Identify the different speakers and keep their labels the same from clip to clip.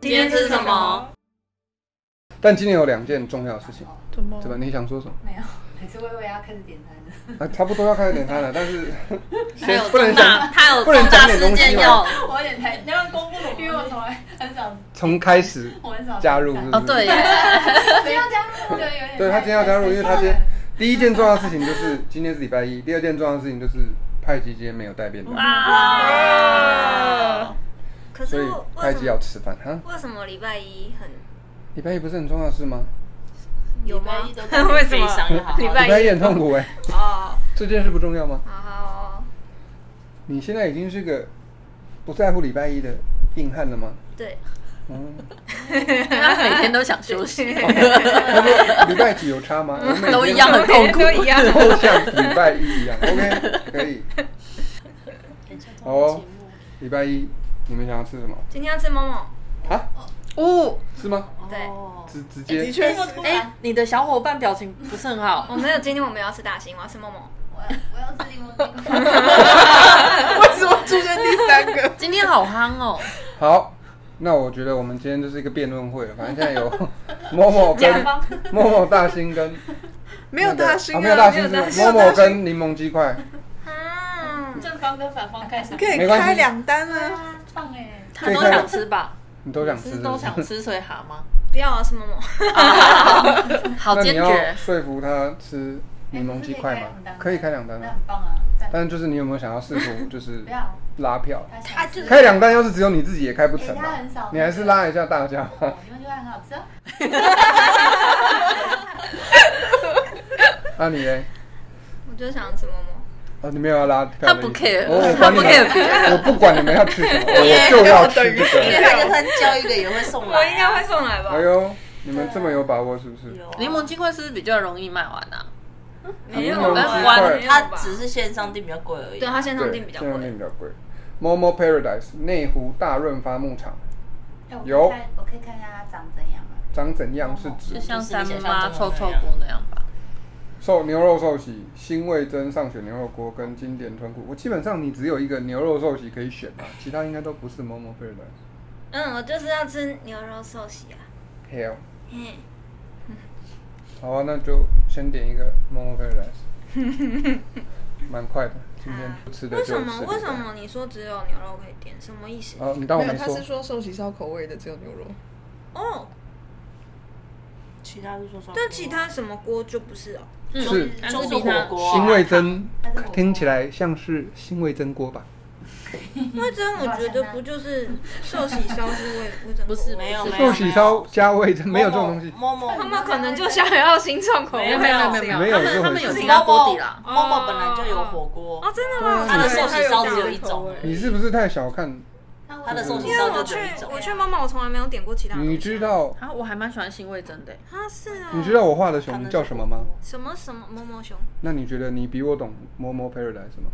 Speaker 1: 今天吃什么？
Speaker 2: 但今年有两件重要的事情，
Speaker 3: 怎么
Speaker 2: 对吧？你想说什么？
Speaker 4: 没有，每次微微要开始点餐了，
Speaker 2: 啊，差不多要开始点餐了，但是
Speaker 1: 还有
Speaker 2: 先不能
Speaker 1: 重大，
Speaker 2: 讲，
Speaker 1: 他有
Speaker 2: 不
Speaker 1: 重
Speaker 2: 能
Speaker 1: 大
Speaker 2: 讲点
Speaker 1: 事
Speaker 2: 东西
Speaker 1: 件
Speaker 2: 吗
Speaker 1: 要
Speaker 4: 我有点太，
Speaker 3: 你要公 布了吗
Speaker 4: 因为我从来很 少，
Speaker 2: 从开始
Speaker 4: 我很少
Speaker 2: 加入是
Speaker 4: 点餐
Speaker 2: 不
Speaker 1: 哦，
Speaker 2: 是
Speaker 1: 对耶，
Speaker 4: 今天要加入，对，有点
Speaker 2: 对他今天要加入，因为他今天第一件重要的事情就是今天是礼拜一，第二件重要的事情就是派基今天没有带便当，
Speaker 5: 啊
Speaker 1: 哇！
Speaker 5: 可
Speaker 2: 所
Speaker 5: 是
Speaker 2: 以
Speaker 5: 我
Speaker 2: 派
Speaker 5: 为什
Speaker 2: 基要
Speaker 5: 么
Speaker 2: 吃饭哈。
Speaker 5: 为什么礼拜一很
Speaker 2: 礼拜一不是很重要的事吗？
Speaker 5: 有吗？
Speaker 1: 为
Speaker 5: 为什么
Speaker 1: 礼
Speaker 5: 礼
Speaker 2: 礼
Speaker 1: 拜
Speaker 5: 拜
Speaker 2: 拜一很痛苦哎，
Speaker 5: 哦，
Speaker 2: 这件事不重要吗？
Speaker 5: 好好哦，
Speaker 2: 你现在已经是个不在乎礼拜一的硬汉了吗？
Speaker 5: 对，
Speaker 2: 嗯，
Speaker 1: 他每天都想休息，
Speaker 2: 那就 礼拜几有差吗？我每天
Speaker 1: 嗯都一样很痛苦，一 样
Speaker 2: 都像礼拜一一样。OK，可 以。好哦，礼拜一你们想要吃什么？
Speaker 5: 今天要吃某某，
Speaker 2: 啊？
Speaker 1: 哦，
Speaker 2: 是吗？
Speaker 5: 对，
Speaker 2: 直直
Speaker 3: 的
Speaker 2: 接
Speaker 3: 确是，
Speaker 1: 哎，你的小伙伴表情不是 很好，
Speaker 5: 哦我没有，今天我没有要吃大型，我要吃某某，
Speaker 4: 我要我要吃柠檬
Speaker 3: 为什么出现第三个？
Speaker 1: 今天好憨哦，
Speaker 2: 好。那我觉得我们今天就是一个辩论会了，反正现在有某某跟
Speaker 4: 甲方
Speaker 2: 某某大兴跟
Speaker 3: 没有大兴
Speaker 2: 啊，
Speaker 3: 啊，
Speaker 2: 没有大兴是
Speaker 3: 没
Speaker 2: 吗
Speaker 3: 有
Speaker 2: 某某
Speaker 3: 大兴
Speaker 2: 跟柠檬鸡块，
Speaker 5: 啊，
Speaker 4: 正方跟反方看什么
Speaker 3: 可？
Speaker 2: 没
Speaker 3: 以
Speaker 2: 关系
Speaker 3: 开两单啊，
Speaker 4: 棒哎，
Speaker 1: 他都想吃吧，
Speaker 2: 你 都想吃
Speaker 1: 是
Speaker 2: 是
Speaker 1: 都
Speaker 2: 不是
Speaker 1: 想吃，所以蛤吗？
Speaker 5: 不要我要啊吃某某，
Speaker 1: 好
Speaker 2: 那
Speaker 1: 坚
Speaker 2: 你要
Speaker 1: 决，
Speaker 2: 说服他吃柠檬鸡块吗？可以开两单
Speaker 4: 那
Speaker 2: 啊，
Speaker 4: 很棒啊，赞
Speaker 2: 但就是你有没有想要试图就是
Speaker 4: 不要
Speaker 2: 拉票？
Speaker 4: 他就是
Speaker 2: 开两单要是只有你自己也开不成
Speaker 4: 哎他
Speaker 2: 啊
Speaker 4: 很少，
Speaker 2: 你还是拉一下大家 吧。
Speaker 4: 你们觉得很好吃啊？
Speaker 2: 那你嘞？
Speaker 5: 我就想要吃某某，
Speaker 2: 哦，你没有要拉票的
Speaker 1: 他
Speaker 2: 意思？
Speaker 1: 不 care，
Speaker 2: 哦我
Speaker 1: 他
Speaker 2: 管
Speaker 1: 不
Speaker 2: 你们
Speaker 1: care
Speaker 2: 我不管你们要吃什么，我就要吃这个。
Speaker 6: 他跟他叫一个也会送
Speaker 5: 我应
Speaker 6: 来、
Speaker 5: 该
Speaker 6: 啊。
Speaker 5: 会送来吧
Speaker 2: 哎？呦，你们这么有把握是不是？
Speaker 6: 有
Speaker 1: 柠檬鸡块是不是比较容易卖完啊？
Speaker 5: 没有
Speaker 2: 柠檬
Speaker 5: 吧
Speaker 2: 鸡块
Speaker 5: 没有
Speaker 6: 它
Speaker 5: 吧？
Speaker 6: 只是线上订比较贵而已。
Speaker 5: 对，它线上
Speaker 2: 对，
Speaker 5: 订比较
Speaker 2: 现在订
Speaker 5: 贵
Speaker 2: 比，较贵。Momo Paradise 内湖大润发牧场
Speaker 4: 哎我可以
Speaker 2: 有
Speaker 4: 看我可以看看它长怎样啊？
Speaker 2: 长怎样是指
Speaker 1: 就像三妈臭臭锅那样吧。
Speaker 2: 寿牛肉寿喜、新味珍上选牛肉锅跟经典豚骨。我基本上你只有一个牛肉寿喜可以选啊，其他应该都不是 Momo Paradise。
Speaker 5: 嗯，我就是要吃牛肉寿喜啊，
Speaker 2: Hell，
Speaker 5: 嘿，
Speaker 2: 好啊，那就先点一个 Momo Paradise，蛮快的。今天不吃的
Speaker 5: 为
Speaker 2: 就吃
Speaker 5: 什
Speaker 2: 这个。
Speaker 5: 么为什么你说只有牛肉可以点？什么意思？
Speaker 2: 哦，你当我
Speaker 3: 没有，
Speaker 2: 没
Speaker 3: 他
Speaker 2: 说
Speaker 3: 是。说寿喜烧口味的只有牛肉，
Speaker 5: 哦，
Speaker 6: 其他是说说。
Speaker 5: 但其他什么锅就不是哦。
Speaker 2: 是
Speaker 6: 但
Speaker 1: 中
Speaker 6: 是
Speaker 1: 国
Speaker 6: 比
Speaker 1: 火
Speaker 6: 火
Speaker 1: 锅
Speaker 6: 锅、
Speaker 2: 新味珍
Speaker 4: 它是火锅
Speaker 2: 听起来像是新味珍锅吧？
Speaker 5: 味增我觉得不就是寿喜烧是味味增
Speaker 1: 不是
Speaker 6: 没有
Speaker 5: 哎
Speaker 6: 没有
Speaker 2: 寿喜烧加味珍没有这种东西。
Speaker 6: 某某
Speaker 5: 他们可能就想要新创口味，啊
Speaker 6: 没有没有
Speaker 2: 有没有
Speaker 1: 他
Speaker 2: 这
Speaker 1: 们他
Speaker 2: 回
Speaker 1: 们有
Speaker 2: 事
Speaker 1: 其
Speaker 6: 某
Speaker 1: 他锅
Speaker 6: 某
Speaker 1: 底啦。
Speaker 6: 某某本来就有火锅，
Speaker 5: 哦，真的吗？
Speaker 6: 它的寿喜烧只有一
Speaker 3: 口
Speaker 6: 种
Speaker 3: 味，
Speaker 2: 你是不是太小看？
Speaker 4: 它
Speaker 6: 它的寿喜
Speaker 5: 因为
Speaker 6: 烧
Speaker 5: 我
Speaker 6: 就
Speaker 5: 去
Speaker 6: 只有一种。
Speaker 5: 我去妈妈，我从来没有点过其他东西。
Speaker 2: 你知道
Speaker 1: 啊，我还蛮喜欢腥味真的 欸。
Speaker 5: 啊？是啊。
Speaker 2: 你知道我画的熊叫什么吗？
Speaker 5: 什么什么某某熊？
Speaker 2: 那你觉得你比我懂《Momo Paradise》吗？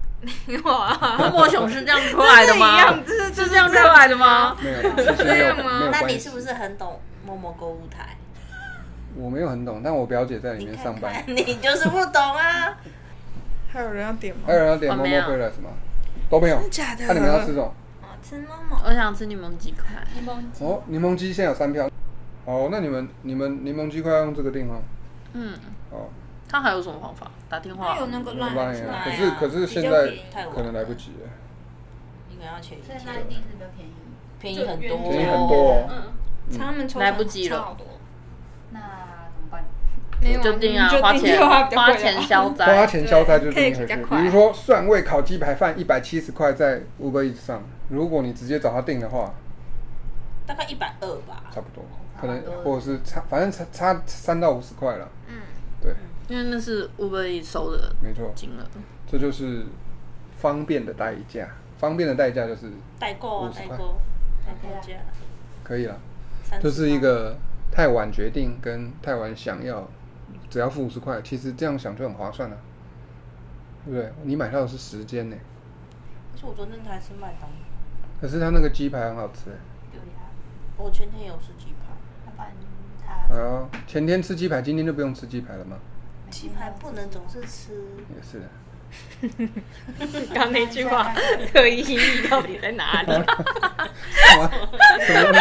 Speaker 1: 泡沫熊是这样出来 的吗？
Speaker 5: 这是一样这是
Speaker 1: 是这样出来的吗？
Speaker 2: 没有，其实没有，没有
Speaker 6: 那
Speaker 2: 关
Speaker 6: 你
Speaker 2: 系。
Speaker 6: 是不是很懂某某购物台？
Speaker 2: 我没有很懂，但我表姐在里
Speaker 6: 你
Speaker 2: 面
Speaker 6: 看
Speaker 2: 上班
Speaker 6: 看，。 你就是不懂啊！
Speaker 3: 还有人要点吗
Speaker 2: 还？有人要点
Speaker 1: 哦
Speaker 2: Momo
Speaker 1: 没有
Speaker 2: Paradise 吗？都没有。
Speaker 3: 真的假的
Speaker 2: 那你们要吃什么？
Speaker 5: 我吃某某，
Speaker 1: 我想吃柠檬鸡块，
Speaker 4: 柠檬鸡
Speaker 2: 哦，柠檬鸡现在有三票。哦，那你们你们柠檬鸡快要用这个订哦。
Speaker 1: 嗯，
Speaker 2: 哦，
Speaker 1: 它还有什么方法？打电话
Speaker 5: 它有那个
Speaker 2: 怎么办
Speaker 5: 烂。
Speaker 2: 呀？可
Speaker 6: 来
Speaker 2: 是
Speaker 6: 啊
Speaker 2: 可是现
Speaker 5: 比较
Speaker 2: 在
Speaker 5: 便宜
Speaker 6: 太晚了
Speaker 2: 可能来不及了，
Speaker 6: 你可能要前一
Speaker 4: 所以
Speaker 6: 天，
Speaker 4: 那一定是比较便宜。
Speaker 6: 便宜很多，
Speaker 2: 便宜很多哦。
Speaker 5: 他们抽
Speaker 1: 来不及了
Speaker 5: 差好多
Speaker 4: 那怎么办？
Speaker 5: 没有啊
Speaker 1: 就定啊
Speaker 5: 你，就
Speaker 1: 花钱
Speaker 5: 就花比较贵啊
Speaker 1: 花钱 消
Speaker 2: 花
Speaker 1: 灾。
Speaker 2: 钱消灾就是
Speaker 5: 可以
Speaker 2: 另一回
Speaker 5: 比
Speaker 2: 事。
Speaker 5: 较快
Speaker 2: 比如说蒜味烤鸡排饭一百七十块在 Uber Eats 上，如果你直接找他订的话，
Speaker 6: 大概一百二吧。
Speaker 2: 差不多，可能
Speaker 4: 差不多
Speaker 2: 或者是差，反正差差三到五十块了。
Speaker 5: 嗯，
Speaker 2: 对，
Speaker 1: 因为那是 Uber E 收的
Speaker 2: 没错，
Speaker 1: 金 额，
Speaker 2: 这就是方便的代价。方便的代价就是
Speaker 6: 代购啊，代购，代购价，
Speaker 2: 可以了，
Speaker 6: 30
Speaker 2: 就是一个太晚决定跟太晚想要，只要付五十块，其实这样想就很划算了、对不对？你买到的是时间呢、
Speaker 6: 而且我昨天才吃麦当劳，
Speaker 2: 可是他那个鸡排很好吃、
Speaker 4: 对呀，
Speaker 6: 我前天有吃鸡排，
Speaker 4: 要不然它
Speaker 2: 哎呦，前天吃鸡排，今天就不用吃鸡排了吗？
Speaker 6: 鸡排不能总是吃，
Speaker 2: 也是，
Speaker 5: 刚那句话刻意意义到底在哪里？
Speaker 2: 哇什么意思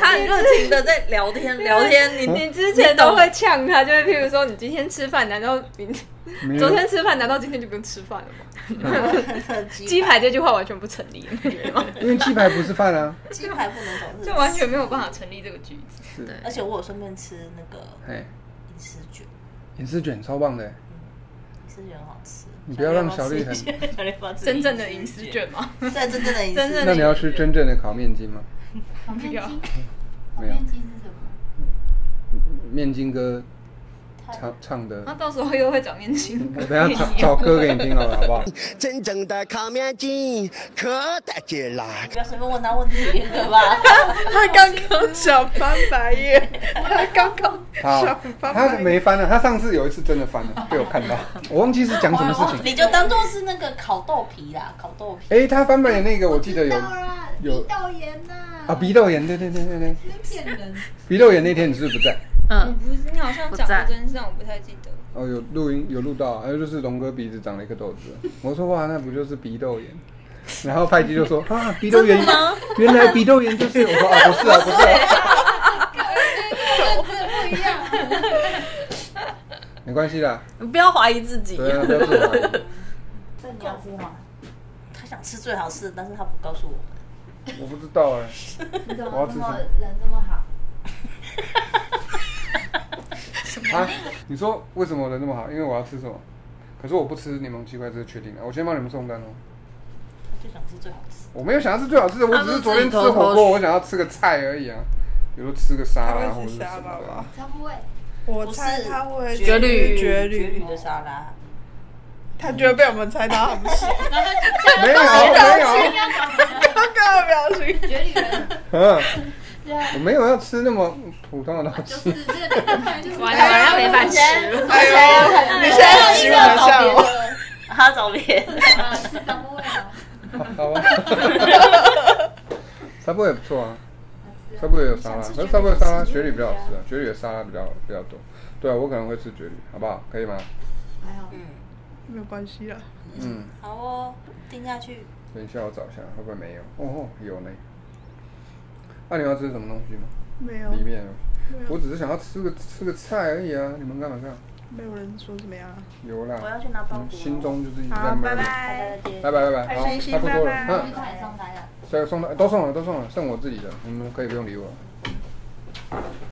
Speaker 1: 他很热情的在聊天聊天，你
Speaker 5: 你之前都会呛他，就是譬如说，你今天吃饭，难道你
Speaker 2: 没有
Speaker 5: 昨天吃饭，难道今天就不用吃饭了吗？ 鸡排这句话完全不成立，你觉得吗？
Speaker 2: 因为鸡排不是饭啊，
Speaker 6: 鸡排不能走 日
Speaker 5: 就完全没有办法成立这个句子。
Speaker 2: 是，
Speaker 1: 对
Speaker 6: 而且我有顺便吃那个
Speaker 2: 哎，
Speaker 6: 饮食卷，
Speaker 2: 饮食卷超棒的，
Speaker 6: 饮食卷很好吃。
Speaker 2: 你不要让小丽很
Speaker 6: 小丽要吃
Speaker 5: 真正的饮食卷吗？
Speaker 6: 对，真正的饮食
Speaker 5: 真正
Speaker 2: 那
Speaker 5: 的
Speaker 2: 你要吃真正的烤面筋吗？
Speaker 4: 烤面
Speaker 5: 有
Speaker 4: 筋，烤
Speaker 2: 没有
Speaker 4: 面筋是什么？
Speaker 2: 面筋哥唱唱的，
Speaker 5: 那到时候又会找面筋
Speaker 2: 我等下找找歌给你听好了，好不好？
Speaker 7: 真正的烤面筋可得劲啦！
Speaker 6: 不要随便问他问题，对吧？
Speaker 3: 他刚刚想翻白眼，他刚刚
Speaker 2: 好
Speaker 3: 想，翻 白
Speaker 2: 他
Speaker 3: 眼。
Speaker 2: 没翻了，他上次有一次真的翻了，被我看到， 我忘记是讲什么事 情。
Speaker 6: 你就当做是那个烤豆皮啦，烤豆皮。
Speaker 2: 哎、他翻白眼那个，我记得有有
Speaker 4: 豆盐呐
Speaker 2: 啊，鼻窦炎，对对对对对，
Speaker 4: 骗人，
Speaker 2: 鼻窦炎那天你是不是不在？
Speaker 5: 我
Speaker 1: 嗯，
Speaker 5: 不是，你好像讲过这件事，但我不太记得。
Speaker 2: 哦，有录音有录到，还有就是龙哥鼻子长了一颗痘子，我说哇，那不就是鼻窦炎？然后派基就说啊，鼻窦炎， 原来鼻窦炎就是我说啊，不是啊，不是啊，
Speaker 4: 啊不一样。
Speaker 2: 没关系啦，
Speaker 1: 你不要怀疑自己。
Speaker 2: 对啊， 不要自我怀疑
Speaker 4: 这你要吃吗？
Speaker 6: 他想吃最好吃的，但是他不告诉我们。
Speaker 2: 我不知道哎、
Speaker 4: 你怎
Speaker 2: 我要
Speaker 4: 么
Speaker 2: 吃什
Speaker 4: 这么
Speaker 2: 么
Speaker 4: 人这么好？
Speaker 2: 啊，你说为什么人那么好？因为我要吃什么？可是我不吃柠檬鸡块，这是确定的。我先帮你们送单哦。
Speaker 6: 他就想吃最好吃。
Speaker 2: 我没有想要吃最好吃的，我
Speaker 1: 他
Speaker 2: 只
Speaker 1: 都
Speaker 2: 是昨天吃
Speaker 1: 自己偷偷
Speaker 2: 火锅，我想要吃个菜而已啊。比如说吃个沙拉
Speaker 3: 他
Speaker 2: 或者
Speaker 3: 会吃
Speaker 2: 是什
Speaker 3: 沙拉
Speaker 2: 么的
Speaker 3: 吧。
Speaker 4: 他不会，
Speaker 3: 我
Speaker 6: 不是
Speaker 3: 猜他会
Speaker 1: 绝
Speaker 3: 律
Speaker 1: 绿
Speaker 3: 绝
Speaker 6: 绝
Speaker 3: 律
Speaker 6: 绿，的沙拉，
Speaker 3: 他觉得被我们猜到，很不行。
Speaker 2: 没有没 有，
Speaker 3: 刚刚的表情，
Speaker 4: 绝女人，
Speaker 2: 嗯，
Speaker 4: 对啊，
Speaker 2: 我没有要吃那么普通的东
Speaker 4: 就
Speaker 2: 西。
Speaker 4: 是这个男的就是
Speaker 5: 完了，完 了，没饭吃了。
Speaker 3: 哎呦，你现在形容一下我，
Speaker 6: 他找别人。
Speaker 4: 啊吃张不会啊，
Speaker 2: 好啊，沙布也不错啊，
Speaker 4: 吃
Speaker 2: 沙
Speaker 4: 啊
Speaker 2: 布也有沙拉，
Speaker 6: 想吃
Speaker 2: 可是沙布的沙拉
Speaker 6: 绝
Speaker 2: 雪
Speaker 6: 旅
Speaker 2: 里比较好吃啊，雪里的沙拉比较比较多。对啊，我可能会吃绝旅，好不好？可以吗？
Speaker 4: 还好。
Speaker 6: 嗯，
Speaker 3: 没有关系了。
Speaker 2: 嗯，
Speaker 6: 好哦，定下去。
Speaker 2: 等一下我找一下，会不会没有？哦，有呢。那、你要吃什么东西吗？
Speaker 3: 没有，
Speaker 2: 里面啊，
Speaker 3: 没有
Speaker 2: 我只是想要吃个吃个菜而已啊！你们干嘛干嘛？
Speaker 3: 没有人说怎么样啊。
Speaker 2: 有
Speaker 6: 我
Speaker 2: 啦，
Speaker 6: 要去拿包
Speaker 2: 嗯
Speaker 6: 裹。
Speaker 2: 心中就是一直在
Speaker 3: 好，
Speaker 2: 闷
Speaker 3: 拜
Speaker 2: 着。
Speaker 6: 拜拜
Speaker 3: 拜。
Speaker 2: 拜拜
Speaker 6: 再见
Speaker 2: 拜拜，好，
Speaker 3: 开心
Speaker 2: 差不多了，
Speaker 3: 拜拜
Speaker 2: 嗯，
Speaker 4: 快送来了。
Speaker 2: 这个送到都送了，都送了，剩我自己的，你们可以不用理我了。